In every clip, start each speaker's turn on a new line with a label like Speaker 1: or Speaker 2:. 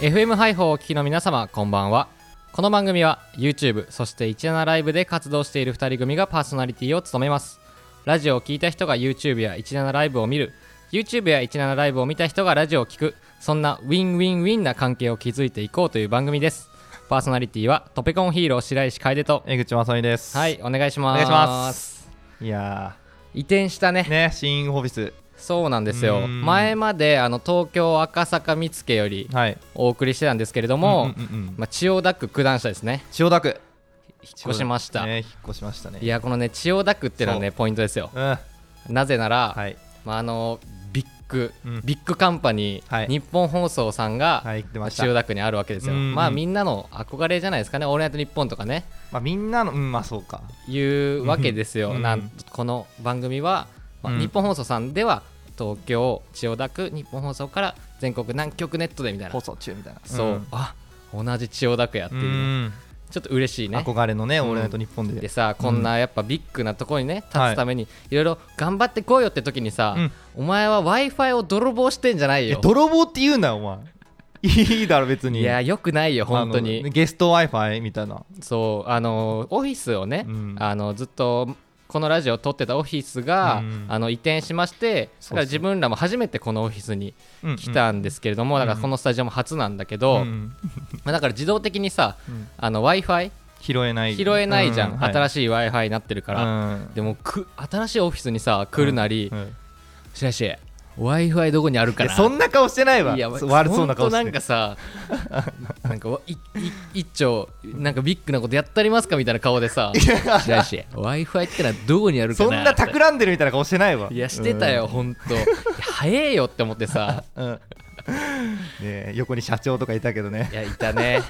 Speaker 1: FM ハイフォーをお聞きの皆様こんばんはこの番組は YouTube そして17ライブで活動している2人組がパーソナリティを務めますラジオを聞いた人が YouTube や17ライブを見る YouTube や17ライブを見た人がラジオを聞くそんなウィンウィンウィンな関係を築いていこうという番組ですパーソナリティはトペコンヒーロー白石楓と
Speaker 2: 江口まさみです。
Speaker 1: はい。お願いします
Speaker 2: お願いしますいや
Speaker 1: 移転したね
Speaker 2: ー、ね、新オフィス。
Speaker 1: そうなんです
Speaker 2: う
Speaker 1: よ
Speaker 2: ん
Speaker 1: 前まであの東京赤坂見附より
Speaker 2: はい。
Speaker 1: お送りしてたんですけれども、
Speaker 2: うんうんうんうん
Speaker 1: まあ、千代田区九段下ですね
Speaker 2: 千代田区。
Speaker 1: 引っ越しました、
Speaker 2: ね、引っ越しましたね。
Speaker 1: いやこのね千代田区っていうのはねポイントですよ
Speaker 2: うん。は
Speaker 1: なぜなら、
Speaker 2: い。
Speaker 1: まあ、あのビッグ、
Speaker 2: うん
Speaker 1: ビッグカンパニー、
Speaker 2: はい
Speaker 1: 日本放送さんが、
Speaker 2: はい、言って
Speaker 1: まあ
Speaker 2: ました。
Speaker 1: 千代田区にあるわけですよ、
Speaker 2: うんうん
Speaker 1: まあみんなの憧れじゃないですかね「オールナイトニッポン」とかね
Speaker 2: まあ、みんなの、うん、まあ、そうか。
Speaker 1: いうわけですよ、
Speaker 2: うん
Speaker 1: なんこの番組は、まあ
Speaker 2: うん
Speaker 1: 日本放送さんでは東京千代田区日本放送から全国何局ネットでみたいな
Speaker 2: 放送中みたいな。
Speaker 1: そう、あ同じ千代田区やって
Speaker 2: う
Speaker 1: い
Speaker 2: ん。
Speaker 1: う、
Speaker 2: うん
Speaker 1: ちょっと嬉しいね
Speaker 2: 憧れのね、
Speaker 1: ん
Speaker 2: オールナイト日本
Speaker 1: で
Speaker 2: で。
Speaker 1: さこんなやっぱビッグなとこにね立つためにいろいろ頑張ってこうよって時にさ、
Speaker 2: うん
Speaker 1: お前は w i f i を泥棒してんじゃない
Speaker 2: え
Speaker 1: よ
Speaker 2: 泥棒って言うな、お前。 いいだろ、別に。
Speaker 1: いやよくないよ
Speaker 2: あの
Speaker 1: 本当に
Speaker 2: ゲスト Wi-Fi みたいな。
Speaker 1: そうあのオフィスをね、
Speaker 2: うん
Speaker 1: あのずっとこのラジオを撮ってたオフィスが、
Speaker 2: うん
Speaker 1: あの移転しましてだ
Speaker 2: そうそう
Speaker 1: から自分らも初めてこのオフィスに
Speaker 2: うん
Speaker 1: 来。たんですけれども、だからこのスタジオも初なんだけ
Speaker 2: うん
Speaker 1: ど、
Speaker 2: うん
Speaker 1: まあ、だから自動的にさ、
Speaker 2: うん
Speaker 1: あの w i f i
Speaker 2: 拾えない。
Speaker 1: 拾えないじゃん、新
Speaker 2: しい
Speaker 1: しい w i f i になってるから、でもく新しいオフィスにさ来るなり、白石 w i f i どこにあるか
Speaker 2: い
Speaker 1: な
Speaker 2: やそんな顔してないわ。
Speaker 1: いや
Speaker 2: そう悪そうな
Speaker 1: ほ
Speaker 2: 顔
Speaker 1: ん
Speaker 2: して。
Speaker 1: となんかさ なんかわいい一丁なんかビッグなことやってありますかみたいな顔でさ白石 w i f i ってのはどこにあるか
Speaker 2: そ
Speaker 1: なん
Speaker 2: な企んでるみたいな顔してないわ。
Speaker 1: いやしてたよ、ほんといや早えよって思って さ
Speaker 2: うん。うん。ねえ横に社長とかいたけどね
Speaker 1: い。やいたね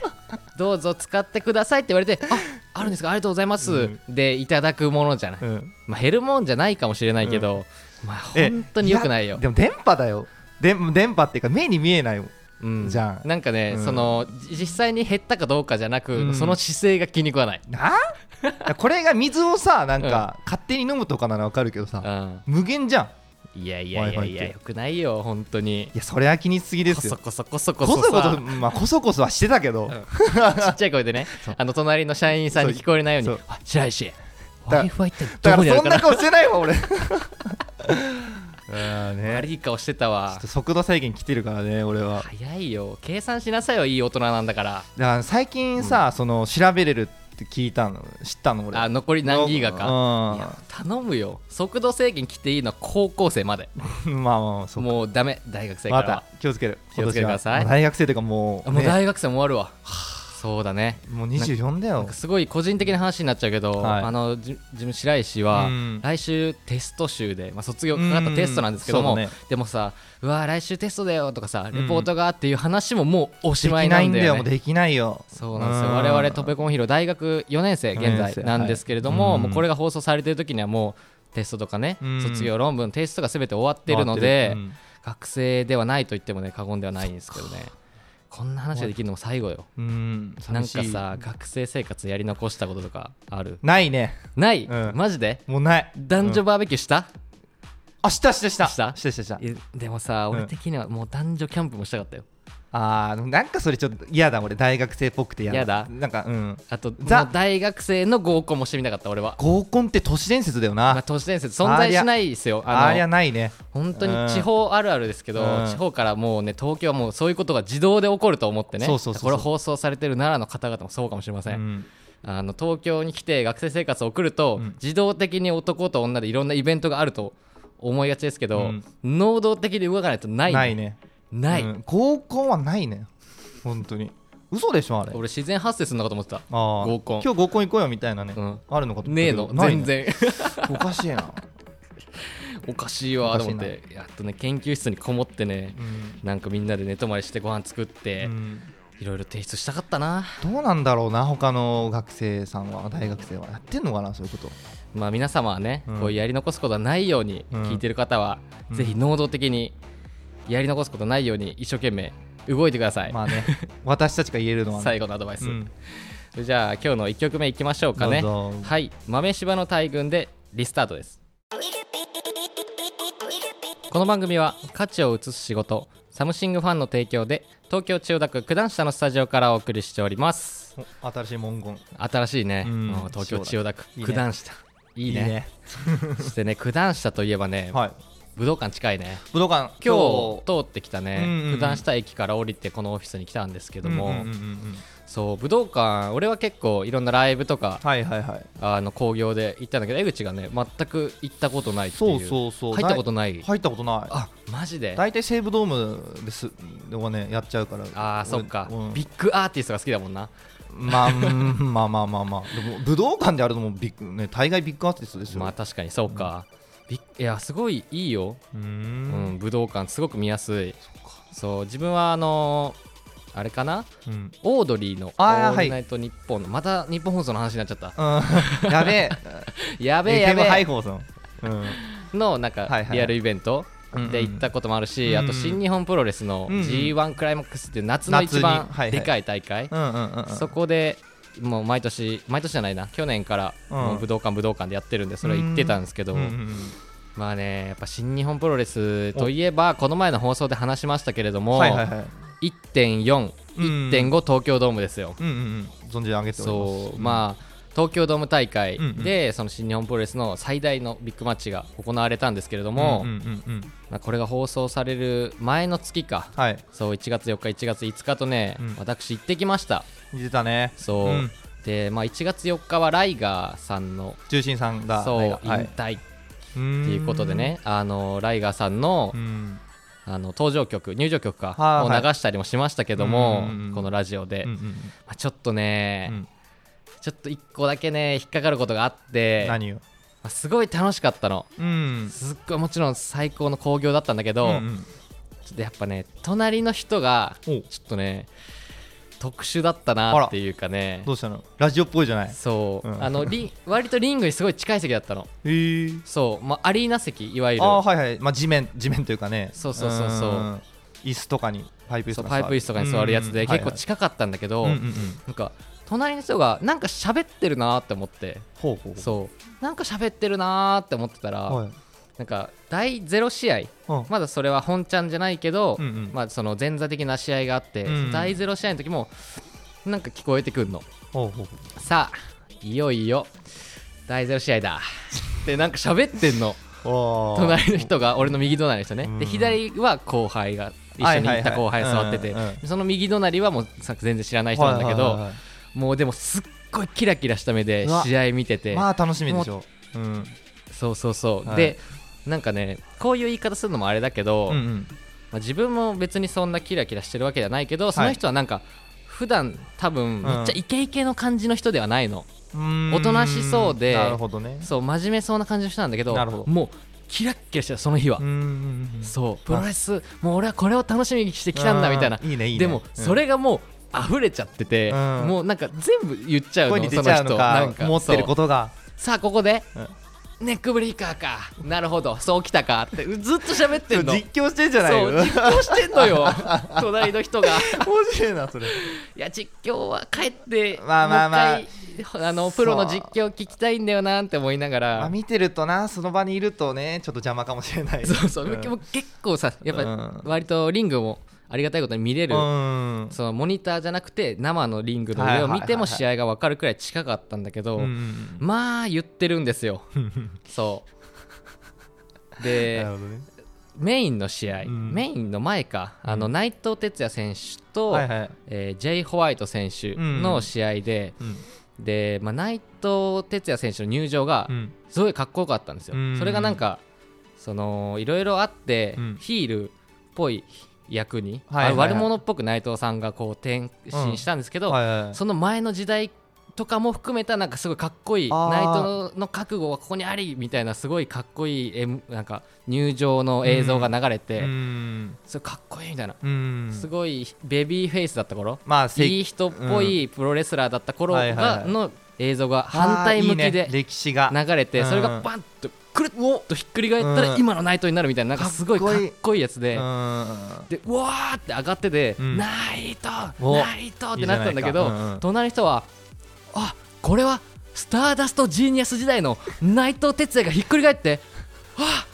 Speaker 1: どうぞ使ってくださいって言われてああるんですかありがとうございます、
Speaker 2: うん
Speaker 1: でいただくものじゃない、
Speaker 2: うん。
Speaker 1: まあ減るもんじゃないかもしれないけど、まあ
Speaker 2: え
Speaker 1: 本当に良くないよ
Speaker 2: やでも電波だよ。電電波っていうか目に見えないもん。
Speaker 1: うん、
Speaker 2: じゃん
Speaker 1: なんかね、
Speaker 2: うん
Speaker 1: そのじ実際に減ったかどうかじゃなく、
Speaker 2: うん
Speaker 1: その姿勢が気に食わない、
Speaker 2: なあこれが水をさなんか勝手に飲むとかならわかるけど
Speaker 1: う
Speaker 2: さ
Speaker 1: ん、
Speaker 2: 無限じゃん。
Speaker 1: いやいやいやい
Speaker 2: Wi-Fi っ
Speaker 1: や
Speaker 2: て
Speaker 1: よくないよ本当に
Speaker 2: いやそれは気にしすぎで
Speaker 1: こ
Speaker 2: す
Speaker 1: そ
Speaker 2: よ。
Speaker 1: こそこそこ
Speaker 2: こそ
Speaker 1: そ
Speaker 2: こそ
Speaker 1: さ
Speaker 2: まあこそこそはしてたけど。
Speaker 1: ちっちゃい声でね
Speaker 2: そう
Speaker 1: あの隣の社員さんに聞こえないよう
Speaker 2: そ
Speaker 1: に
Speaker 2: う
Speaker 1: あ白石
Speaker 2: だ
Speaker 1: w i f i ってどこ
Speaker 2: だか
Speaker 1: に
Speaker 2: ら
Speaker 1: ある
Speaker 2: そん
Speaker 1: か
Speaker 2: な
Speaker 1: な
Speaker 2: 顔してないわ 俺。うんね。
Speaker 1: 悪い顔してた
Speaker 2: ちょ
Speaker 1: わ
Speaker 2: っと速度制限来てるからね俺は
Speaker 1: 早いよ計算しなさいよいい大人なんだから
Speaker 2: だから最近さ、その調べれるって聞いたの知ったの俺
Speaker 1: あ残り何ギガかいや
Speaker 2: か
Speaker 1: 頼むよ速度制限来ていいのは高校生まで
Speaker 2: うん まあまあそう
Speaker 1: もうダメ大学生か
Speaker 2: ま
Speaker 1: らは
Speaker 2: た気をつける
Speaker 1: 気をつけてください
Speaker 2: 今年は大学生というかも
Speaker 1: あ
Speaker 2: う,、
Speaker 1: もう
Speaker 2: ね、
Speaker 1: 大学生も終わるわそうだね
Speaker 2: もう24だ
Speaker 1: なん
Speaker 2: よ
Speaker 1: かすごい個人的な話になっちゃうけど、
Speaker 2: はい
Speaker 1: あのじ自分白石は
Speaker 2: うん
Speaker 1: 来週テスト週で、まあ、卒業かかったテストなんですけども、
Speaker 2: うんうんそうだ
Speaker 1: でもさうわー来週テストだよとかさ
Speaker 2: ん
Speaker 1: レポートがっていう話ももうおし
Speaker 2: でき
Speaker 1: ま
Speaker 2: ない
Speaker 1: いなんん
Speaker 2: だ
Speaker 1: だ
Speaker 2: よ
Speaker 1: よ、
Speaker 2: もう
Speaker 1: ね、
Speaker 2: できないよ
Speaker 1: そうなんです
Speaker 2: う
Speaker 1: よ
Speaker 2: ん
Speaker 1: 我々トペコンヒーロー大学4年生現
Speaker 2: 四年生
Speaker 1: 在なんですけれども、
Speaker 2: はい
Speaker 1: もうこれが放送されてる時にはもうテストとかね、
Speaker 2: うん
Speaker 1: 卒業論文テストが全て終わってるので、学生ではないと言ってもね過言ではないんですけどねこんな話ができるのも最後よ
Speaker 2: うん、うん
Speaker 1: なん
Speaker 2: 寂しい
Speaker 1: かさ学生生活やり残したこととかある
Speaker 2: ないね
Speaker 1: ない、
Speaker 2: うん
Speaker 1: マジで
Speaker 2: もうない
Speaker 1: 男女
Speaker 2: うん
Speaker 1: バーベキューした、
Speaker 2: あしたしたした
Speaker 1: した
Speaker 2: したしたした
Speaker 1: いやでもさ
Speaker 2: うん
Speaker 1: 俺的にはもう男女キャンプもしたかったよ
Speaker 2: あーなんかそれちょっと嫌だ俺大学生っぽくて嫌だ
Speaker 1: 嫌だ
Speaker 2: なんかうん
Speaker 1: あと
Speaker 2: ザ
Speaker 1: もう大学生の合コンもしてみたかった俺は
Speaker 2: 合コンって都市伝説だよな、
Speaker 1: まあ、都市伝説存在しないですよ
Speaker 2: あ、
Speaker 1: あ
Speaker 2: りゃ
Speaker 1: の
Speaker 2: ないね
Speaker 1: 本当に地方あるあるですけど、
Speaker 2: うん
Speaker 1: 地方からもうね東京はもうそういうことが自動で起こると思ってね
Speaker 2: そうそうそうそう
Speaker 1: これ放送されてる奈良の方々もそうかもしれません、
Speaker 2: うん
Speaker 1: あの東京に来て学生生活を送ると、
Speaker 2: うん
Speaker 1: 自動的に男と女でいろんなイベントがあると思いがちですけど、
Speaker 2: うん
Speaker 1: 能動的に動かないとない
Speaker 2: ないね
Speaker 1: ない
Speaker 2: うん合コンはないね本当に嘘でしょあれ
Speaker 1: 俺自然発生するのかと思ってた
Speaker 2: あー
Speaker 1: 合コン
Speaker 2: 今日合コン行こうよみたいなね、
Speaker 1: うん
Speaker 2: あるのかと思った
Speaker 1: ねえ
Speaker 2: け
Speaker 1: の
Speaker 2: どない
Speaker 1: 全然
Speaker 2: おかしいな、
Speaker 1: おかしいわと思ってやっとね研究室にこもってね
Speaker 2: うん
Speaker 1: なんかみんなで寝泊まりしてご飯作って
Speaker 2: うん
Speaker 1: いろいろ提出したかったな
Speaker 2: どうなんだろうな他の学生さんは大学生はやってんのかなそういうこと
Speaker 1: まあ皆様はね
Speaker 2: うん
Speaker 1: こういうやり残すことはないように
Speaker 2: うん
Speaker 1: 聞いてる方は
Speaker 2: うん
Speaker 1: ぜひ能動的にやり残すことないように一生懸命動いてください
Speaker 2: ま あね私たちが言えるのはね、
Speaker 1: 最後のアドバイス
Speaker 2: うん
Speaker 1: じゃあ今日の1曲目いきましょうかね
Speaker 2: どうぞ
Speaker 1: はい豆柴の大群でリスタートです
Speaker 3: We could be, be, be, be, be, be, we could be.
Speaker 1: この番組は価値を移す仕事サムシングファンの提供で東京千代田区九段下のスタジオからお送りしております
Speaker 2: お新しい文言
Speaker 1: 新しいね、
Speaker 2: うん
Speaker 1: うん東京千代田区
Speaker 2: いいね
Speaker 1: 九段下いいねそしてね九段下といえばね、
Speaker 2: はい
Speaker 1: 武道館近いね
Speaker 2: 武道館
Speaker 1: 今日通ってきたね、
Speaker 2: うんうん
Speaker 1: 九段下駅から降りてこのオフィスに来たんですけども、
Speaker 2: うんうんうんうん
Speaker 1: そう武道館俺は結構いろんなライブとか
Speaker 2: はいはいはい
Speaker 1: あの興行で行ったんだけど江口がね全く行ったことないってい
Speaker 2: そううそうそう
Speaker 1: 入ったことない
Speaker 2: 入ったことない
Speaker 1: あマジで
Speaker 2: 大体西武ドームですはねやっちゃうから
Speaker 1: ああ
Speaker 2: 俺
Speaker 1: そっか、
Speaker 2: うん
Speaker 1: ビッグアーティストが好きだもんな
Speaker 2: まあうんまあまあまあまあでも武道館であるのもビッグね大概ビッグアーティストですよ
Speaker 1: まあ確かにそうか、ビッいやすごいいいよ、
Speaker 2: うー
Speaker 1: うん
Speaker 2: ん
Speaker 1: 武道館すごく見やすいそう自分はあのーあれかな
Speaker 2: うん
Speaker 1: オードリーの「オ
Speaker 2: あー
Speaker 1: ールナイトニッポン」のまた日本放送の話になっちゃった
Speaker 2: うん やべえ
Speaker 1: やべえやべ
Speaker 2: FM ハイ
Speaker 1: え
Speaker 2: ホーさんうん
Speaker 1: のなんか
Speaker 2: はいはいはい
Speaker 1: リアルイベントで行ったこともあるし、
Speaker 2: うんうん
Speaker 1: あと新日本プロレスの
Speaker 2: うんうん
Speaker 1: g 1クライマックスっていう夏の一番
Speaker 2: 夏にはいはい
Speaker 1: でかい大会、
Speaker 2: うんうんうんうん
Speaker 1: そこでもう毎年毎年じゃないな去年から
Speaker 2: うん
Speaker 1: もう武道館武道館でやってるんでそれ行ってたんですけど、
Speaker 2: うんうんうん
Speaker 1: まあねやっぱ新日本プロレスといえばこの前の放送で話しましたけれども、
Speaker 2: はいはいはい
Speaker 1: 1.41.5
Speaker 2: うん
Speaker 1: 東京ドームですよ、
Speaker 2: うんうんうん存じ上げております
Speaker 1: そうまあ東京ドーム大会
Speaker 2: うんうん
Speaker 1: でその新日本プロレスの最大のビッグマッチが行われたんですけれど
Speaker 2: あ
Speaker 1: も、
Speaker 2: うんうんうんうん
Speaker 1: まあ、これが放送される前の月か
Speaker 2: はい
Speaker 1: そう1月4日1月5日とね、
Speaker 2: うん
Speaker 1: 私行ってきました
Speaker 2: 似てたね
Speaker 1: そう、
Speaker 2: うん
Speaker 1: で、まあ、1月4日はライガーさんの
Speaker 2: 中心さんが
Speaker 1: そう、
Speaker 2: はいはい
Speaker 1: 引退
Speaker 2: て
Speaker 1: ってい
Speaker 2: いう
Speaker 1: ことでねあのライガーさんの,、
Speaker 2: うん
Speaker 1: あの登場曲入場曲か、
Speaker 2: はい
Speaker 1: を
Speaker 2: はい
Speaker 1: 流したりもしましたけども、
Speaker 2: うんうんうん
Speaker 1: このラジオで、
Speaker 2: うんうん
Speaker 1: まあ、ちょっとね、
Speaker 2: うん
Speaker 1: ちょっと1個だけね引っかかることがあって、ま
Speaker 2: 何を
Speaker 1: あ、すごい楽しかったの
Speaker 2: うん
Speaker 1: すっごいもちろん最高の興行だったんだけど、
Speaker 2: うんうん
Speaker 1: ちょっとやっぱね隣の人がちょ
Speaker 2: お
Speaker 1: っとね特殊だったなっていうかね
Speaker 2: どうしたのラジオっぽいじゃない
Speaker 1: そう、
Speaker 2: うん
Speaker 1: あのリン割とリングにすごい近い席だったの
Speaker 2: へえ
Speaker 1: そう、まあ、アリーナ席いわゆる
Speaker 2: あーはいはい、まあ、地面地面というかね
Speaker 1: そうそうそうそうん
Speaker 2: 椅子とかにパイプ椅子
Speaker 1: そう
Speaker 2: とか
Speaker 1: パイプ椅子とかに座るやつで結構
Speaker 2: 近
Speaker 1: 近かったんだけど、
Speaker 2: うんうんうん
Speaker 1: なんか隣の人がなんか喋ってるなーって思って
Speaker 2: ほうほう
Speaker 1: そうなんか喋ってるなーって思ってたら、
Speaker 2: はい
Speaker 1: なんか第0試合
Speaker 2: うん
Speaker 1: まだそれは本ちゃんじゃないけど、
Speaker 2: うんうん
Speaker 1: まあ、その前座的な試合があって、
Speaker 2: うんうん
Speaker 1: 第0試合の時もなんか聞こえてくんの
Speaker 2: ほうほうほ
Speaker 1: さあいよいよ第0試合だってなんか喋ってんの
Speaker 2: うあー
Speaker 1: 隣の人が俺の右隣の人ね、
Speaker 2: うん
Speaker 1: で左は後輩が一緒に行った後輩
Speaker 2: はいはい
Speaker 1: 座
Speaker 2: は
Speaker 1: っ
Speaker 2: い
Speaker 1: てて
Speaker 2: うんうん
Speaker 1: その右隣はもうさ全然知らない人なんだけ
Speaker 2: はいはい
Speaker 1: ど
Speaker 2: はいは
Speaker 1: もうでもすっごいキラキラした目で
Speaker 2: うわ
Speaker 1: 試合見てて
Speaker 2: いまあ楽しみでしょう、うん、
Speaker 1: そうそうそう、
Speaker 2: はい
Speaker 1: でなんかねこういう言い方するのもあれだけど、
Speaker 2: うんう
Speaker 1: ま
Speaker 2: ん
Speaker 1: あ、自分も別にそんなキラキラしてるわけじゃないけどその人はなんか普段多分めっちゃイケイケの感じの人ではないの、
Speaker 2: うーん
Speaker 1: おとなしそうで
Speaker 2: なるほどね
Speaker 1: そう真面目そうな感じの人なんだけど
Speaker 2: なるほど
Speaker 1: もうキラッキラしてたその日は
Speaker 2: う、んうんうん
Speaker 1: そうプロレスもう俺はこれを楽しみにしてきたんだみたいな
Speaker 2: あーいいねいいね
Speaker 1: でも
Speaker 2: うん
Speaker 1: それがもう溢れちゃってて、
Speaker 2: うん
Speaker 1: もうなんか全部言っちゃうの
Speaker 2: 声に出ちゃうの
Speaker 1: そ
Speaker 2: か
Speaker 1: 人
Speaker 2: 持ってることが
Speaker 1: そうさあここで、ネックブリーカーかなるほどそうきたかってずっと喋って るの
Speaker 2: 実況してんじゃない
Speaker 1: そう
Speaker 2: の
Speaker 1: 実況してんのよ 隣の人が
Speaker 2: 面白いなそれ
Speaker 1: いや実況は帰って
Speaker 2: まあまあまあ
Speaker 1: もう一回あのプロの実況聞きたいんだよなって思いなが
Speaker 2: まあ
Speaker 1: ら
Speaker 2: 見てるとなその場にいるとねちょっと邪魔かもしれな い
Speaker 1: そうそう、
Speaker 2: ん
Speaker 1: もう結構さやっぱ
Speaker 2: うん
Speaker 1: 割とリングもありがたいことに見れる
Speaker 2: うん
Speaker 1: そのモニターじゃなくて生のリングの上を見ても試合が分かるくらい近かったんだけど、
Speaker 2: うんうん
Speaker 1: まあ言ってるんですよそう
Speaker 2: な
Speaker 1: で
Speaker 2: るほどね
Speaker 1: メインの試合、
Speaker 2: うん
Speaker 1: メインの前かあの内藤哲也選手と、
Speaker 2: はいはい
Speaker 1: えー、J. ホワイト選手の試合で、
Speaker 2: うん
Speaker 1: で、まあ、内藤哲也選手の入場が
Speaker 2: うん
Speaker 1: すごいかっこよかったんですよ、
Speaker 2: うん
Speaker 1: それがなんかそのいろいろあって、
Speaker 2: うん
Speaker 1: ヒールっぽい役に、
Speaker 2: はいはいはい
Speaker 1: あ悪者っぽく内藤さんがこう転身したんですけど、
Speaker 2: はいはい
Speaker 1: その前の時代とかも含めたなんかすごいかっこいい
Speaker 2: あー
Speaker 1: ナイトの覚悟はここにありみたいなすごいかっこいいえなんか入場の映像が流れて、
Speaker 2: うん
Speaker 1: それかっこいいみたいな、
Speaker 2: うん
Speaker 1: すごいベビーフェイスだった頃
Speaker 2: まあせ
Speaker 1: いい人っぽいプロレスラーだった頃
Speaker 2: はいはいは
Speaker 1: が
Speaker 2: い
Speaker 1: の映像が反対向
Speaker 2: あーい
Speaker 1: き
Speaker 2: いね
Speaker 1: で
Speaker 2: 歴史が
Speaker 1: 流れて
Speaker 2: うん
Speaker 1: それがバンとくるっとひっくり返ったら
Speaker 2: うん
Speaker 1: 今のナイトになるみたいななんかすごいか
Speaker 2: かっ
Speaker 1: っ
Speaker 2: こいい
Speaker 1: こいいやつで
Speaker 2: うん
Speaker 1: でうわーって上がってて「
Speaker 2: うん
Speaker 1: ナイト
Speaker 2: お
Speaker 1: ナイト!」ってなってたんだけ
Speaker 2: いい
Speaker 1: ど
Speaker 2: じゃないかうんうん
Speaker 1: 隣の人は「あこれはスターダストジーニアス時代の内藤哲也がひっくり返ってあ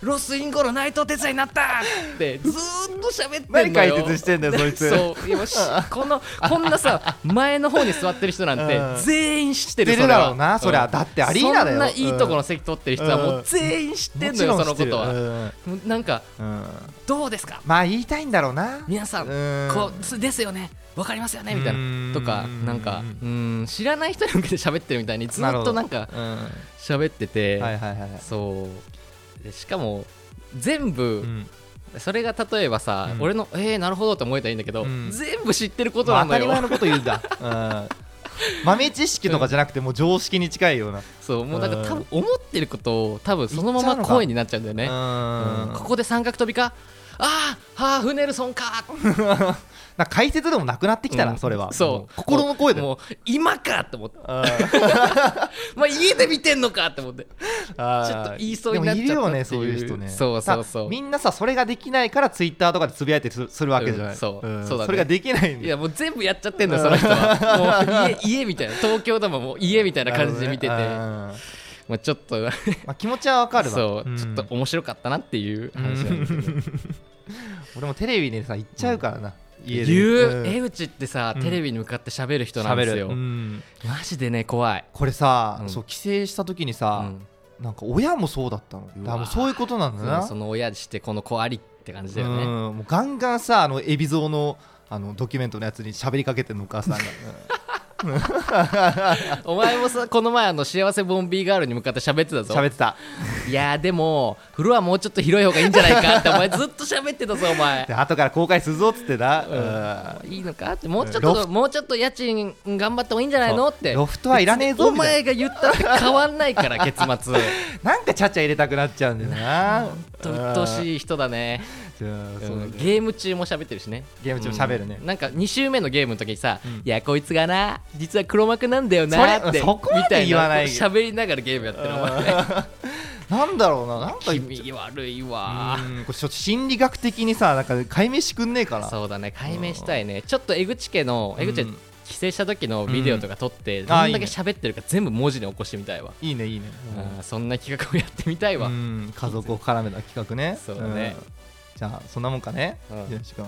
Speaker 1: ロスインゴロ内藤哲也になったってずーっと喋ってんのよ
Speaker 2: 何解説してんだよそい つ
Speaker 1: そう今 しこのこんなさ前の方に座ってる人なんて
Speaker 2: うん
Speaker 1: 全員知ってる
Speaker 2: 知ってる
Speaker 1: それは
Speaker 2: だろうなそりゃ
Speaker 1: ん
Speaker 2: だってアリーナだ
Speaker 1: そ
Speaker 2: よ
Speaker 1: んないいとこの席取ってる人はもう全員知ってんのよ、
Speaker 2: も
Speaker 1: そのこ
Speaker 2: ちろん知ってる
Speaker 1: とは、もうなんか
Speaker 2: うんうん
Speaker 1: どうですか
Speaker 2: まあ言いたいんだろうな
Speaker 1: 皆さん、
Speaker 2: うん
Speaker 1: こうすですよねわかりますよねみたい
Speaker 2: うん
Speaker 1: なとかなんかうん知らない人に向けて喋ってるみたいにずっとなんか
Speaker 2: うんは
Speaker 1: 喋ってて、
Speaker 2: いはいはいはい
Speaker 1: そうでしかも全部、
Speaker 2: うん
Speaker 1: それが例えばさ、
Speaker 2: うん
Speaker 1: 俺のえー、なるほどって思えたらいいんだけど、
Speaker 2: うん
Speaker 1: 全部知ってること
Speaker 2: ま
Speaker 1: な
Speaker 2: あ
Speaker 1: の
Speaker 2: 当たり
Speaker 1: よ、
Speaker 2: 前のこと言うんだうん豆知識とかじゃなくてもう常識に近いような
Speaker 1: そうもうなんか
Speaker 2: うん
Speaker 1: 多分思ってることを多分そのま
Speaker 2: 言っちゃう
Speaker 1: ま
Speaker 2: のか
Speaker 1: 声になっちゃうんだよね、
Speaker 2: うん
Speaker 1: うんここで三角飛びかあーハーフネルソンか
Speaker 2: なんか解説でもなくなってきた
Speaker 1: う
Speaker 2: なんそれは
Speaker 1: そう
Speaker 2: も心の声で
Speaker 1: もう今かって思って、
Speaker 2: ち
Speaker 1: まあ、家で見てんのかって思ってちょ
Speaker 2: ょ
Speaker 1: っと言いそうになっちゃった
Speaker 2: でもいるよ
Speaker 1: って
Speaker 2: ね
Speaker 1: い
Speaker 2: そうういう人ね
Speaker 1: そうそうそう
Speaker 2: さみんなさそれができないからツイッターとかでつぶやいてすするわけじゃな
Speaker 1: うん
Speaker 2: い
Speaker 1: そう
Speaker 2: うん
Speaker 1: そうだね
Speaker 2: それができな
Speaker 1: い
Speaker 2: いんだよ
Speaker 1: やもう全部やっちゃってんだよその人 はもう家家みたいな東京ドームも家みたいな感じで見てて、
Speaker 2: なるほどねうん
Speaker 1: まあ、ちょっと
Speaker 2: まあ気持ちはわかるわ
Speaker 1: そう、
Speaker 2: ん
Speaker 1: ちょっと面白かったなっていう話なんですけ ど、
Speaker 2: 俺もテレビでさ行っちゃうからな
Speaker 1: 言
Speaker 2: 家
Speaker 1: う
Speaker 2: でうん
Speaker 1: 江口ってさ、
Speaker 2: うん
Speaker 1: テレビに向かって喋る人なんで
Speaker 2: 喋
Speaker 1: す
Speaker 2: る
Speaker 1: よ、
Speaker 2: うん
Speaker 1: マジでね怖い、
Speaker 2: これさ
Speaker 1: うん
Speaker 2: そう帰省した時に
Speaker 1: う
Speaker 2: さ
Speaker 1: ん
Speaker 2: なんか親もそうだったのだからもうそういうことなんだ
Speaker 1: その
Speaker 2: な
Speaker 1: その親してこの子ありって感じだ
Speaker 2: う
Speaker 1: よね、
Speaker 2: んもうガンガンさあの海老蔵のあのドキュメントのやつに喋りかけてるのお 母さんが
Speaker 1: お前もさこの前あの幸せボンビーガールに向かって喋ってた
Speaker 2: うん
Speaker 1: ぞ
Speaker 2: 喋ってた
Speaker 1: いやーでもフロアもうちょっと広い方がいいんじゃないかってお前ずっと喋ってたぞお前
Speaker 2: で後から公開するぞっつってな、うん
Speaker 1: いいのかってもうちょっ
Speaker 2: ロ
Speaker 1: ともうちょっと家賃頑張った方がいいんじゃないのって
Speaker 2: ロフトはいらねえぞ
Speaker 1: お
Speaker 2: みたい
Speaker 1: 前が言ったって変わんないから結末
Speaker 2: ななんかちゃちゃ入れたくなっちゃうんだよな
Speaker 1: と鬱陶
Speaker 2: い
Speaker 1: しい人だねうんゲーム中も喋ってるしね
Speaker 2: ゲーム中も喋るね
Speaker 1: うんなんか2周目のゲームの時にさ「いやこいつがな実は黒幕なんだよな」
Speaker 2: それ
Speaker 1: って
Speaker 2: そこまで
Speaker 1: みた
Speaker 2: 言わない
Speaker 1: の喋りながらゲームやってるお前
Speaker 2: なんだろうななんか
Speaker 1: 君悪いわ
Speaker 2: うんこれちょっと心理学的にさなんか解明してくんねえかな
Speaker 1: そうだね解明したいねちょっと江口家の江口家
Speaker 2: うん
Speaker 1: 帰省した時のビデオとか撮って
Speaker 2: ん
Speaker 1: ど
Speaker 2: あ
Speaker 1: ん
Speaker 2: いい
Speaker 1: だ
Speaker 2: ね
Speaker 1: け喋ってるか全部文字に起こしてみたいわ
Speaker 2: いいねいいね、
Speaker 1: うんそんな企画をやってみたい
Speaker 2: うん
Speaker 1: わ
Speaker 2: うん家族を絡めた企画ね
Speaker 1: そうだね
Speaker 2: うんじゃあそんなもんかね、
Speaker 1: うん
Speaker 2: よろしく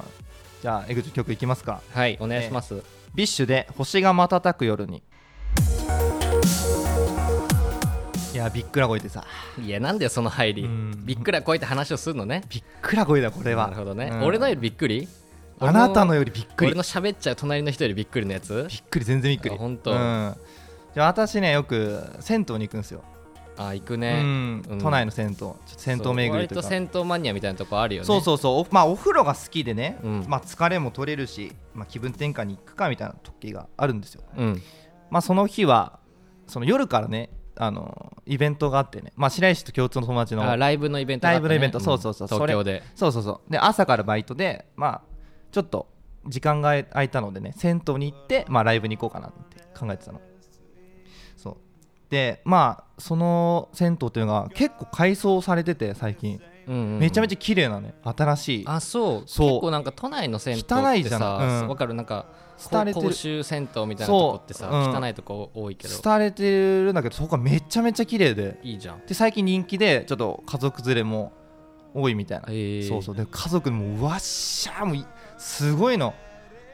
Speaker 2: じゃあ江口曲いきますか
Speaker 1: はいお願いします
Speaker 2: ビッシュで星が瞬く夜にいやびっくら声でさ
Speaker 1: いやなんだよその入り
Speaker 2: うん
Speaker 1: びっくらこうやって話をするのね
Speaker 2: びっくら声だこれは
Speaker 1: なるほどね
Speaker 2: うん
Speaker 1: 俺のよりびっくり
Speaker 2: あなたのよりびっくり
Speaker 1: 俺の喋っちゃう隣の人よりびっくりのやつ
Speaker 2: びっくり全然びっくり
Speaker 1: あほんと
Speaker 2: うんじゃあ私ねよく銭湯に行くんですよ、
Speaker 1: あ行く
Speaker 2: う
Speaker 1: ね
Speaker 2: ん
Speaker 1: うん
Speaker 2: 都内の銭湯ちょっと銭湯巡りと
Speaker 1: そう割と
Speaker 2: かそう
Speaker 1: 銭湯マニアみたいなとこあるよね
Speaker 2: そうそうおまあお風呂が好きでね、
Speaker 1: うん
Speaker 2: まあ疲れも取れるし、まあ、気分転換に行くかみたいな時があるんですよ
Speaker 1: うん
Speaker 2: まあその日はその夜からねあのイベントがあってね、まあ、白石と共通の友達の
Speaker 1: あライブのイベントだ
Speaker 2: ラ
Speaker 1: った
Speaker 2: イ
Speaker 1: ね
Speaker 2: ブのイベント、そうそうそ
Speaker 1: ん
Speaker 2: う、
Speaker 1: 東京で
Speaker 2: それそうそうそうで朝からバイトでまあちょっと時間が空いたのでね銭湯に行ってまあライブに行こうかなって考えてたのそうでまあその銭湯っていうのが結構改装されてて最近めちゃめ
Speaker 1: ち
Speaker 2: ちゃ綺麗なね新しい
Speaker 1: ゃあそう結
Speaker 2: そう
Speaker 1: 構なんか都内の銭湯って
Speaker 2: 汚いじゃない
Speaker 1: さ
Speaker 2: うん
Speaker 1: わかるなんか
Speaker 2: 廃れてる
Speaker 1: 公衆銭湯みたいなとこってさ
Speaker 2: そううん
Speaker 1: 汚いとこ多いけど
Speaker 2: 廃れてるんだけどそこがめちゃめちゃ綺麗で
Speaker 1: いいじゃん
Speaker 2: で最近人気でちょっと家族連れも多いみたいな
Speaker 1: へー
Speaker 2: そうそうで家族でもうわっしゃーもういすごいの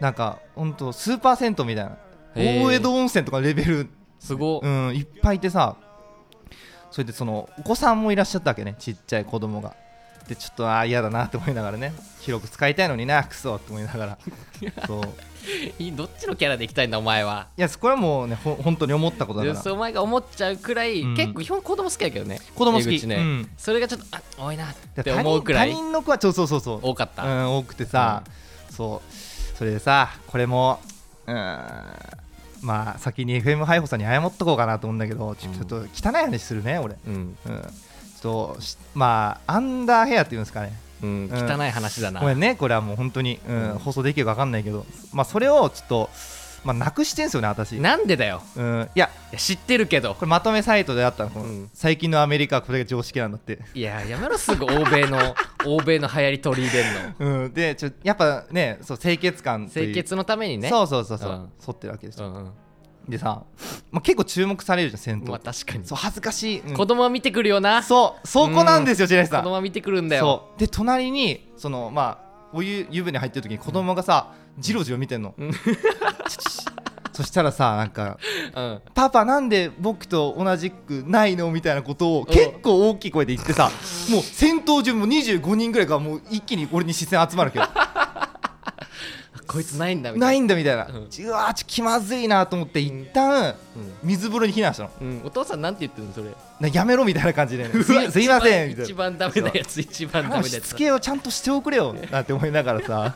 Speaker 2: なんかほんとスーパー銭湯みたいな
Speaker 1: へー
Speaker 2: 大江戸温泉とかレベル、
Speaker 1: すごっ
Speaker 2: うん、いっぱいいてさそれでそのお子さんもいらっしゃったわけねちっちゃい子供がでちょっとああ嫌だなって思いながらね広く使いたいのになクソって思い ながらそうい
Speaker 1: いいどっちのキャラでいきたいんだお前は
Speaker 2: やこれはもうねほ本当に思ったことだから
Speaker 1: そうお前が思っちゃうくらい
Speaker 2: うん
Speaker 1: 結構基本子供好きやけどね
Speaker 2: 子供好
Speaker 1: 江
Speaker 2: き、
Speaker 1: 口ね
Speaker 2: うん
Speaker 1: それがちょっとあ多いなっ
Speaker 2: で
Speaker 1: て思うくらい
Speaker 2: 他人他人の子はそうそうそうそう
Speaker 1: 多かっ
Speaker 2: う
Speaker 1: た
Speaker 2: ん、多くてさ、そうそれでさこれもうんまあ先に FM ハイホさんに謝っとこうかなと思うんだけどちょ
Speaker 1: うん
Speaker 2: ちょっと汚い話するね俺、
Speaker 1: うん
Speaker 2: うん、ちょっとしまあアンダーヘアっていうんですかね
Speaker 1: うん
Speaker 2: うん
Speaker 1: 汚い話だな
Speaker 2: ごめんねこれはもう本当に、うん
Speaker 1: うん
Speaker 2: 放送できるか分かんないけどまあそれをちょっとまあなくしてんすよね私
Speaker 1: なんでだよ
Speaker 2: うん、いや
Speaker 1: いや知ってるけど
Speaker 2: これまとめサイトであったの、
Speaker 1: ん
Speaker 2: 最近のアメリカはこれが常識なんだって
Speaker 1: いややめろすぐ欧米 の欧米の流行り取り入れんの
Speaker 2: うんでちょやっぱねそう清潔感という
Speaker 1: 清潔のためにね
Speaker 2: そうそうそうそう、
Speaker 1: うん
Speaker 2: 剃ってるわけですよ
Speaker 1: うんうん
Speaker 2: でさ、まあ、結構注目されるじゃん銭湯、
Speaker 1: まあ確かに
Speaker 2: そう恥ずかしい、うん
Speaker 1: 子供は見てくるよな子
Speaker 2: そうそこなんですよ白石さん
Speaker 1: 供は見てくるんだよ
Speaker 2: そうで隣にそのまあお湯湯船入ってる時に子供がさ、ジロジロ見てんの、チチチ そしたらさなんか
Speaker 1: うん
Speaker 2: 「パパなんで僕と同じくないの?」みたいなことを結構大きい声で言ってさ、もう戦闘中もう25人ぐらいがもう一気に俺に視線集まるけ ど
Speaker 1: こいつないんだみた
Speaker 2: ないい
Speaker 1: なん
Speaker 2: だみたいな、う
Speaker 1: うん
Speaker 2: わーちょ気まずいなと思って一旦水風呂に避難したの
Speaker 1: うん、うんお父さんなんて言ってるのそれ
Speaker 2: なやめろみたいな 感じで、すいすいませんみたいな
Speaker 1: 一番ダメなやつ一番ダメな
Speaker 2: あ
Speaker 1: や
Speaker 2: の
Speaker 1: つ
Speaker 2: しつけをちゃんとしておくれよなんて思いなが らさ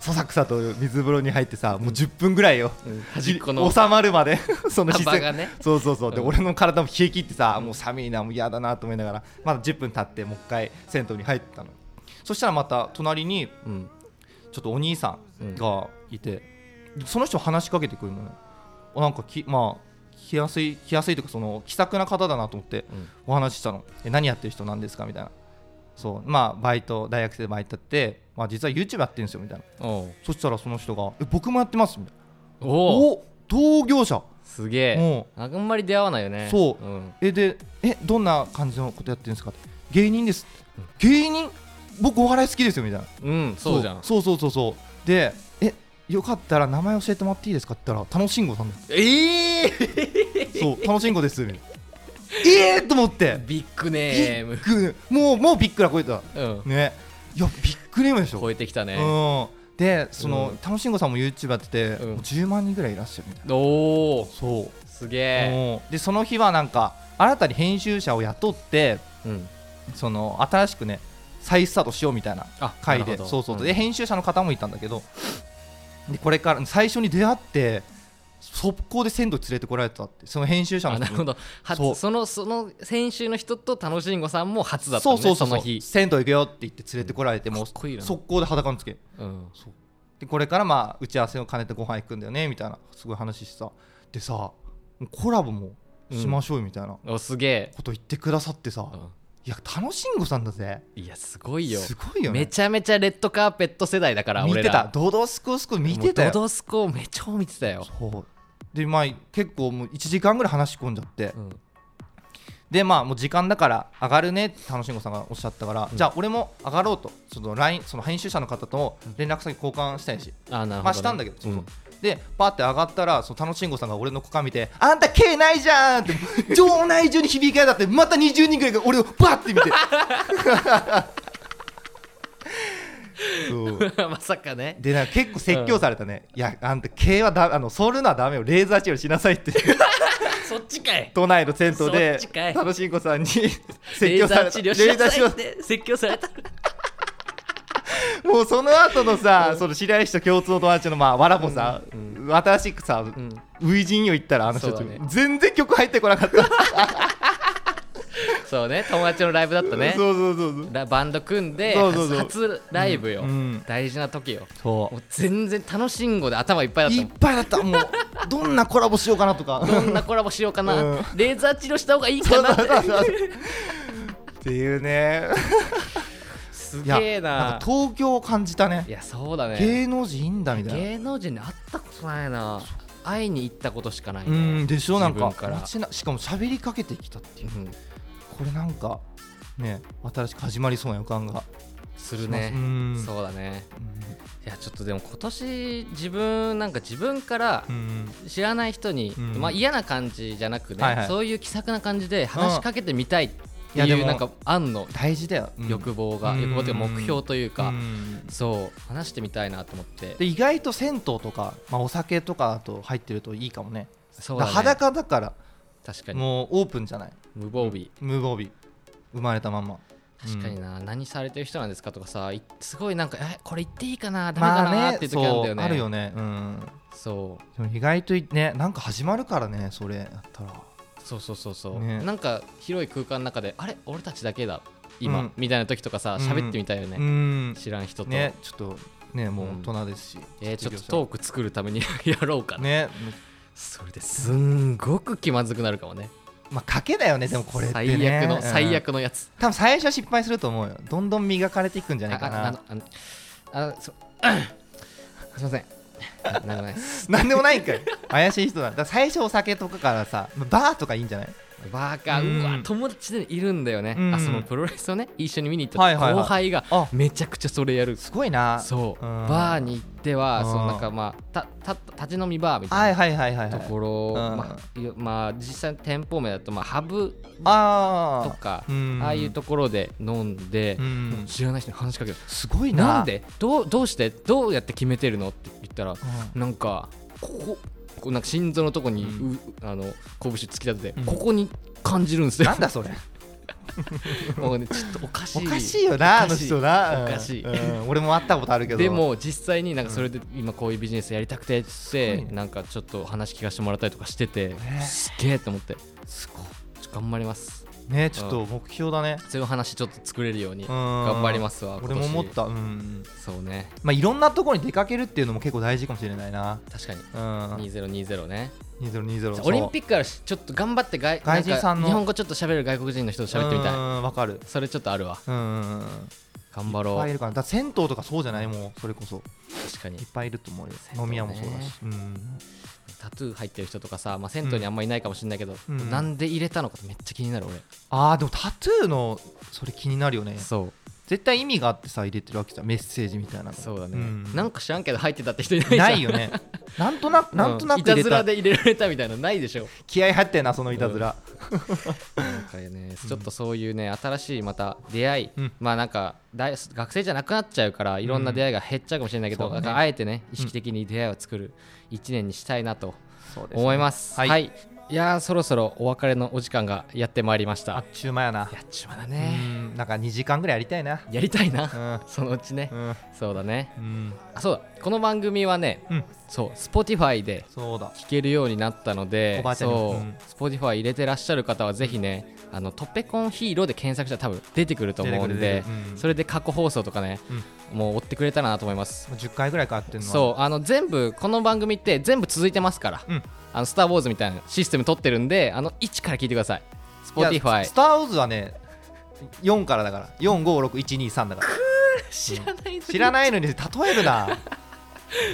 Speaker 2: そさくさと水風呂に入ってさもう10分ぐらいよ、
Speaker 1: うん端っこの
Speaker 2: 収まるまで その視
Speaker 1: 幅
Speaker 2: 線
Speaker 1: がね
Speaker 2: そうそうそうで、
Speaker 1: うん
Speaker 2: 俺の体も冷え切ってさもう寒いなもう嫌だなと思いながらまだ10分経ってもう一回銭湯に入ったのそしたらまた隣に
Speaker 1: うん
Speaker 2: ちょっとお兄さんがいて、その人話しかけてくるのねあなんかきまあ来やすい来やすいというかその気さくな方だなと思って
Speaker 1: うん
Speaker 2: お話ししたの、え何やってる人なんですかみたいなそうまあバイト大学生でバイトやって、まあ、実は YouTube やってるんですよみたいな
Speaker 1: おう
Speaker 2: そしたらその人がえ僕もやってますみたいな
Speaker 1: おう
Speaker 2: お同業者
Speaker 1: すげえ
Speaker 2: も
Speaker 1: あんまり出会わないよね
Speaker 2: そうんえでえどんな感じのことやってるんですかって芸人です芸人僕お笑い好きですよみたいな
Speaker 1: うんそうじゃん
Speaker 2: そうそうそうそうでえよかったら名前教えてもらっていいですかって言ったら楽しんごさんだ
Speaker 1: ええ
Speaker 2: そう楽しんごですみたいなええと思って
Speaker 1: ビッグ
Speaker 2: ビ
Speaker 1: ネーム
Speaker 2: ッグもうもうビッグな声だ
Speaker 1: うん
Speaker 2: ねいやビッグネームでしょ
Speaker 1: 超えてきたね
Speaker 2: うんでその、
Speaker 1: うん
Speaker 2: 楽しんごさんも YouTube やってて、
Speaker 1: うん
Speaker 2: もう10万人ぐらいいらっしゃるみたいな
Speaker 1: おお
Speaker 2: そう、
Speaker 1: すげえ
Speaker 2: うんでその日はなんか新たに編集者を雇って
Speaker 1: うん
Speaker 2: その新しくね再スタートしようみたいな
Speaker 1: あ
Speaker 2: 回
Speaker 1: な
Speaker 2: で
Speaker 1: るほど
Speaker 2: そうそう、
Speaker 1: うん
Speaker 2: で編集者の方もいたんだけどでこれから最初に出会って速攻で鮮度連れてこられたってその編集者
Speaker 1: あ
Speaker 2: の人
Speaker 1: なるほど初
Speaker 2: そう
Speaker 1: そのその先週の人と楽しんごさんも初だった
Speaker 2: そ
Speaker 1: の
Speaker 2: う
Speaker 1: ね
Speaker 2: そうそう
Speaker 1: の日
Speaker 2: 鮮度行くよって言って連れてこられて、もう
Speaker 1: かっこいいな
Speaker 2: 速攻で裸のつけ
Speaker 1: うん
Speaker 2: でこれからまあ打ち合わせを兼ねてご飯行くんだよねみたいなすごい話してさでさもうコラボもしましょうよみたいな
Speaker 1: おすげえ
Speaker 2: こと言ってくださってさ、
Speaker 1: うん
Speaker 2: いや楽しんごさんだぜ
Speaker 1: いやすごいよ
Speaker 2: すごいよね
Speaker 1: めちゃめちゃレッドカーペット世代だから
Speaker 2: 見
Speaker 1: 俺
Speaker 2: てた
Speaker 1: ら
Speaker 2: ドドスコスコ見てたよ
Speaker 1: もうドドスコめっちゃ見てたよ
Speaker 2: そうでまあ結構もう1時間ぐらい話し込んじゃって、
Speaker 1: うん
Speaker 2: でまあもう時間だから上がるねって楽しんごさんがおっしゃったから、
Speaker 1: うん
Speaker 2: じゃあ俺も上がろうとその LINE その編集者の方とも連絡先交換したいし、
Speaker 1: あなるほどね
Speaker 2: まあしたんだけど、そう
Speaker 1: う
Speaker 2: そうんでパって上がったらその楽しんごさんが俺の股間見て「あんた K ないじゃん!」って場内中に響きやだってまた20人ぐらいが俺をバッ て見てそう
Speaker 1: まさかね
Speaker 2: でなんか結構説教されたね、いやあんた毛はだあの剃るのはダメよレーザー治療しなさいって
Speaker 1: そっちかい
Speaker 2: 都内の銭湯で
Speaker 1: そっちかい
Speaker 2: 楽しんこさ んに説
Speaker 1: レー
Speaker 2: 教
Speaker 1: ザ
Speaker 2: さ
Speaker 1: ー
Speaker 2: れた
Speaker 1: 治療しなさいっ
Speaker 2: レーザー治
Speaker 1: て説教された
Speaker 2: 療もうその後のさその知り合い人共通の友達のまあわらぼさ、新しくさ、
Speaker 1: ん
Speaker 2: 初陣を行ったらあの人たち、
Speaker 1: そうだね
Speaker 2: 全然曲入ってこなかった
Speaker 1: そうね友達のライブだったね
Speaker 2: そうそうそうそう
Speaker 1: ラバンド組んで
Speaker 2: そうそうそう
Speaker 1: 初初ライブよ、
Speaker 2: うんうん
Speaker 1: 大事な時よ
Speaker 2: そ
Speaker 1: もう全然楽しんごで頭いっぱいだった
Speaker 2: い
Speaker 1: も
Speaker 2: っ
Speaker 1: ん
Speaker 2: ぱいだったもうどんなコラボしようかなとか
Speaker 1: どんなコラボしようかな、
Speaker 2: うん
Speaker 1: レーザー治療した方がいいかな って
Speaker 2: っていうね
Speaker 1: す
Speaker 2: いや
Speaker 1: げえなん
Speaker 2: か東京を感じたね
Speaker 1: いやそうだね
Speaker 2: 芸能人いいんだみたいな
Speaker 1: 芸能人に会ったことないな会いに行ったことしかないね
Speaker 2: うんでしょなんか
Speaker 1: 自分から
Speaker 2: 街なしかも喋りかけてきたっていう
Speaker 1: うん
Speaker 2: これなんかね新しく始まりそうな予感が
Speaker 1: する
Speaker 2: う
Speaker 1: ね
Speaker 2: ん
Speaker 1: そうだねいやちょっとでも今年自分なんか自分から
Speaker 2: うん
Speaker 1: 知らない人に、
Speaker 2: うん
Speaker 1: まあ、嫌な感じじゃなくね、
Speaker 2: はいはい
Speaker 1: そういう気さくな感じで話しかけてみたいって
Speaker 2: いやで
Speaker 1: いう、
Speaker 2: も
Speaker 1: なんかあんの
Speaker 2: 大事だようん
Speaker 1: 欲望が、
Speaker 2: うん
Speaker 1: 欲望というか目標というか、
Speaker 2: うん
Speaker 1: そう話してみたいなと思って
Speaker 2: で意外と銭湯とかまあお酒とかだと入ってるといいかもね
Speaker 1: そうだ、ね、
Speaker 2: だから裸だから
Speaker 1: 確かに
Speaker 2: もうオープンじゃない
Speaker 1: 無防備
Speaker 2: 無防備生まれたまんま
Speaker 1: 確かにな、何されてる人なんですかとかさいすごいなんかえこれ言っていいかなダメか
Speaker 2: ま
Speaker 1: な
Speaker 2: あ
Speaker 1: っ
Speaker 2: ね
Speaker 1: ていう時あるん
Speaker 2: そ
Speaker 1: だよ
Speaker 2: う
Speaker 1: ね,、
Speaker 2: あるよねうん
Speaker 1: そう
Speaker 2: でも意外といねなんか始まるからねそれだったら
Speaker 1: そうそうそうそう
Speaker 2: ね
Speaker 1: なんか広い空間の中であれ俺たちだけだ今、
Speaker 2: うん
Speaker 1: みたいな時とかさ
Speaker 2: うん
Speaker 1: 喋ってみたいよね、
Speaker 2: うん
Speaker 1: 知らん人と、
Speaker 2: ねちょっとねもう大人ですし
Speaker 1: えーちょっと
Speaker 2: 卒業
Speaker 1: トーク作るためにやろうかな、
Speaker 2: 者ね
Speaker 1: それですんごく気まずくなるかもね
Speaker 2: まあ、賭けだよね、でもこれって、ね、
Speaker 1: 最悪の、
Speaker 2: うん
Speaker 1: 最。悪のやつ
Speaker 2: 多分最初は失敗すると思うよ。どんどん磨かれていくんじゃないか
Speaker 1: あああ
Speaker 2: な
Speaker 1: の。あのあそすいません ななんでもないです
Speaker 2: なんでもないんかい怪しい人だだから最初お酒とかからさバーとかいいんじゃない
Speaker 1: バカ
Speaker 2: うん
Speaker 1: うわ友達でいるんだよね、
Speaker 2: うん
Speaker 1: あそのプロレスをね一緒に見に行った、
Speaker 2: はいはいはい
Speaker 1: 後輩が
Speaker 2: あ
Speaker 1: めちゃくちゃそれやる
Speaker 2: すごいな
Speaker 1: そう
Speaker 2: うん
Speaker 1: バーに行っては
Speaker 2: うん
Speaker 1: そのなんかまあたた立ち飲みバーみ
Speaker 2: は
Speaker 1: た
Speaker 2: い
Speaker 1: い
Speaker 2: はいはいはいは
Speaker 1: ないところ、
Speaker 2: うん
Speaker 1: まあいまあ実際の店舗名だとまあハブと
Speaker 2: あ
Speaker 1: か
Speaker 2: あうん
Speaker 1: ああいうところで飲んで、
Speaker 2: うん
Speaker 1: もう知らない人に話しかける
Speaker 2: あすごいな
Speaker 1: なんでどうどうしてどうやって決めてるのって言ったらなんかこここうなんか心臓のとこに、う
Speaker 2: う
Speaker 1: あの拳突き立てて、
Speaker 2: うん
Speaker 1: ここに感じるんです
Speaker 2: うん
Speaker 1: よ
Speaker 2: なんだそれ
Speaker 1: もうねちょっとおかしい
Speaker 2: おかしいよなあ
Speaker 1: おか
Speaker 2: の
Speaker 1: しい
Speaker 2: 人な
Speaker 1: おかしい
Speaker 2: うんうん俺も会ったことあるけど
Speaker 1: でも実際になんかそれで今こういうビジネスやりたくてっ
Speaker 2: ご
Speaker 1: て
Speaker 2: いね
Speaker 1: なんかちょっと話聞かせてもらったりとかしてて
Speaker 2: ね
Speaker 1: すげえと思ってちょ
Speaker 2: すごい
Speaker 1: っと頑張ります
Speaker 2: ねちょっと目標だね
Speaker 1: そういう話ちょっと作れるように
Speaker 2: うん
Speaker 1: 頑張りますわ
Speaker 2: 俺も思っ
Speaker 1: 今
Speaker 2: たうん
Speaker 1: 年そうね
Speaker 2: まあいろんなところに出かけるっていうのも結構大事かもしれないな
Speaker 1: 確かに
Speaker 2: うん
Speaker 1: 2020ね
Speaker 2: 2020
Speaker 1: オリンピ
Speaker 2: ック
Speaker 1: ックあるしちょっと頑張って外
Speaker 2: 外人さん
Speaker 1: な
Speaker 2: の
Speaker 1: か日本語ちょっと喋る外国人の人と喋ってみたい
Speaker 2: わかる
Speaker 1: それちょっとあるわ
Speaker 2: うんうんうん
Speaker 1: 頑張ろ
Speaker 2: いっぱいいうるからだから銭湯とかそうじゃないもうそれこそ
Speaker 1: 確かに
Speaker 2: いっぱいいると思うよ
Speaker 1: 湯ね
Speaker 2: 飲み屋もそうだしうん
Speaker 1: タトゥー入ってる人とかさまあ銭湯にあんまいないかもしれないけど
Speaker 2: うん
Speaker 1: なんで入れたのかめっちゃ気になる俺
Speaker 2: あーでもタトゥーのそれ気になるよね
Speaker 1: そう
Speaker 2: 絶対意味があってさ入れてるわけじゃんメッセージみたいなの
Speaker 1: そうだね、
Speaker 2: ん
Speaker 1: なんか知らんけど入ってたって人いないじゃん
Speaker 2: ないよ ねなんとなくなんとな
Speaker 1: う
Speaker 2: く
Speaker 1: いた
Speaker 2: 入れ
Speaker 1: ずら
Speaker 2: た
Speaker 1: で入れられたみたいなのないでしょ
Speaker 2: 気合入ってんなそのいたずら
Speaker 1: なんかねちょっとそういうね新しいまた出会い、
Speaker 2: うん
Speaker 1: まあなんか大学生じゃなくなっちゃうからいろんな出会いが減っちゃうかもしれないけど、
Speaker 2: うんそ
Speaker 1: な
Speaker 2: うだ
Speaker 1: ん
Speaker 2: ね
Speaker 1: かあえてね意識的に出会いを作る1年にしたいなと
Speaker 2: そうですね
Speaker 1: 思います、
Speaker 2: はい
Speaker 1: はい、いやーそろそろお別れのお時間がやってまいりました
Speaker 2: あっちゅう間やな
Speaker 1: やっちまだ
Speaker 2: う
Speaker 1: ね、
Speaker 2: んなんか2時間ぐらいやりたいな
Speaker 1: やりたいな、
Speaker 2: うん
Speaker 1: そのうちね、
Speaker 2: うん
Speaker 1: そうだね
Speaker 2: うん
Speaker 1: あそうだこの番組はね、
Speaker 2: うん
Speaker 1: そう Spotify で
Speaker 2: そうだ
Speaker 1: 聞けるようになったので
Speaker 2: おばあちゃんにも
Speaker 1: そう、
Speaker 2: うん
Speaker 1: Spotify 入れてらっしゃる方はぜひね「あのトペコンヒーロー」で検索したら多分出てくると思うん
Speaker 2: 出て
Speaker 1: で
Speaker 2: くる出てくるうん
Speaker 1: それで過去放送とかね、もう追ってくれたらなと思います
Speaker 2: もう10回ぐらいかかってんのは
Speaker 1: そうあの全部この番組って全部続いてますから「
Speaker 2: うん
Speaker 1: あのスター・ウォーズ」みたいなシステム取ってるんであの1から聞いてください
Speaker 2: いやス
Speaker 1: Spotify
Speaker 2: スター・ウォーズはね4からだから456123だから
Speaker 1: 知らない
Speaker 2: 知らないのに例えるな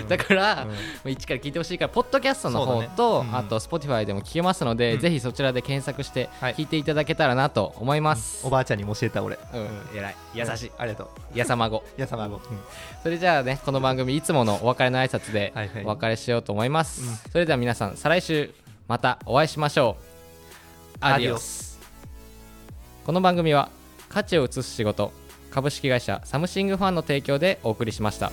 Speaker 1: だから、
Speaker 2: うん
Speaker 1: まあ一から聞いてほしいからポッドキャストの方
Speaker 2: そう
Speaker 1: と、
Speaker 2: だねうん
Speaker 1: あと Spotify でも聞けますので、
Speaker 2: うん
Speaker 1: ぜひそちらで検索して
Speaker 2: はい
Speaker 1: 聞いていただけたらなと思います、
Speaker 2: おばあちゃんにも教えた俺
Speaker 1: うん偉い優しい
Speaker 2: ありがとう
Speaker 1: やさまご
Speaker 2: 皆様も、うん
Speaker 1: それじゃあねこの番組いつものお別れの挨拶で
Speaker 2: はいはい
Speaker 1: お別れしようと思います、
Speaker 2: うん
Speaker 1: それでは皆さん再来週またお会いしましょうアディオスこの番組は価値を移す仕事株式会社サムシングファンの提供でお送りしました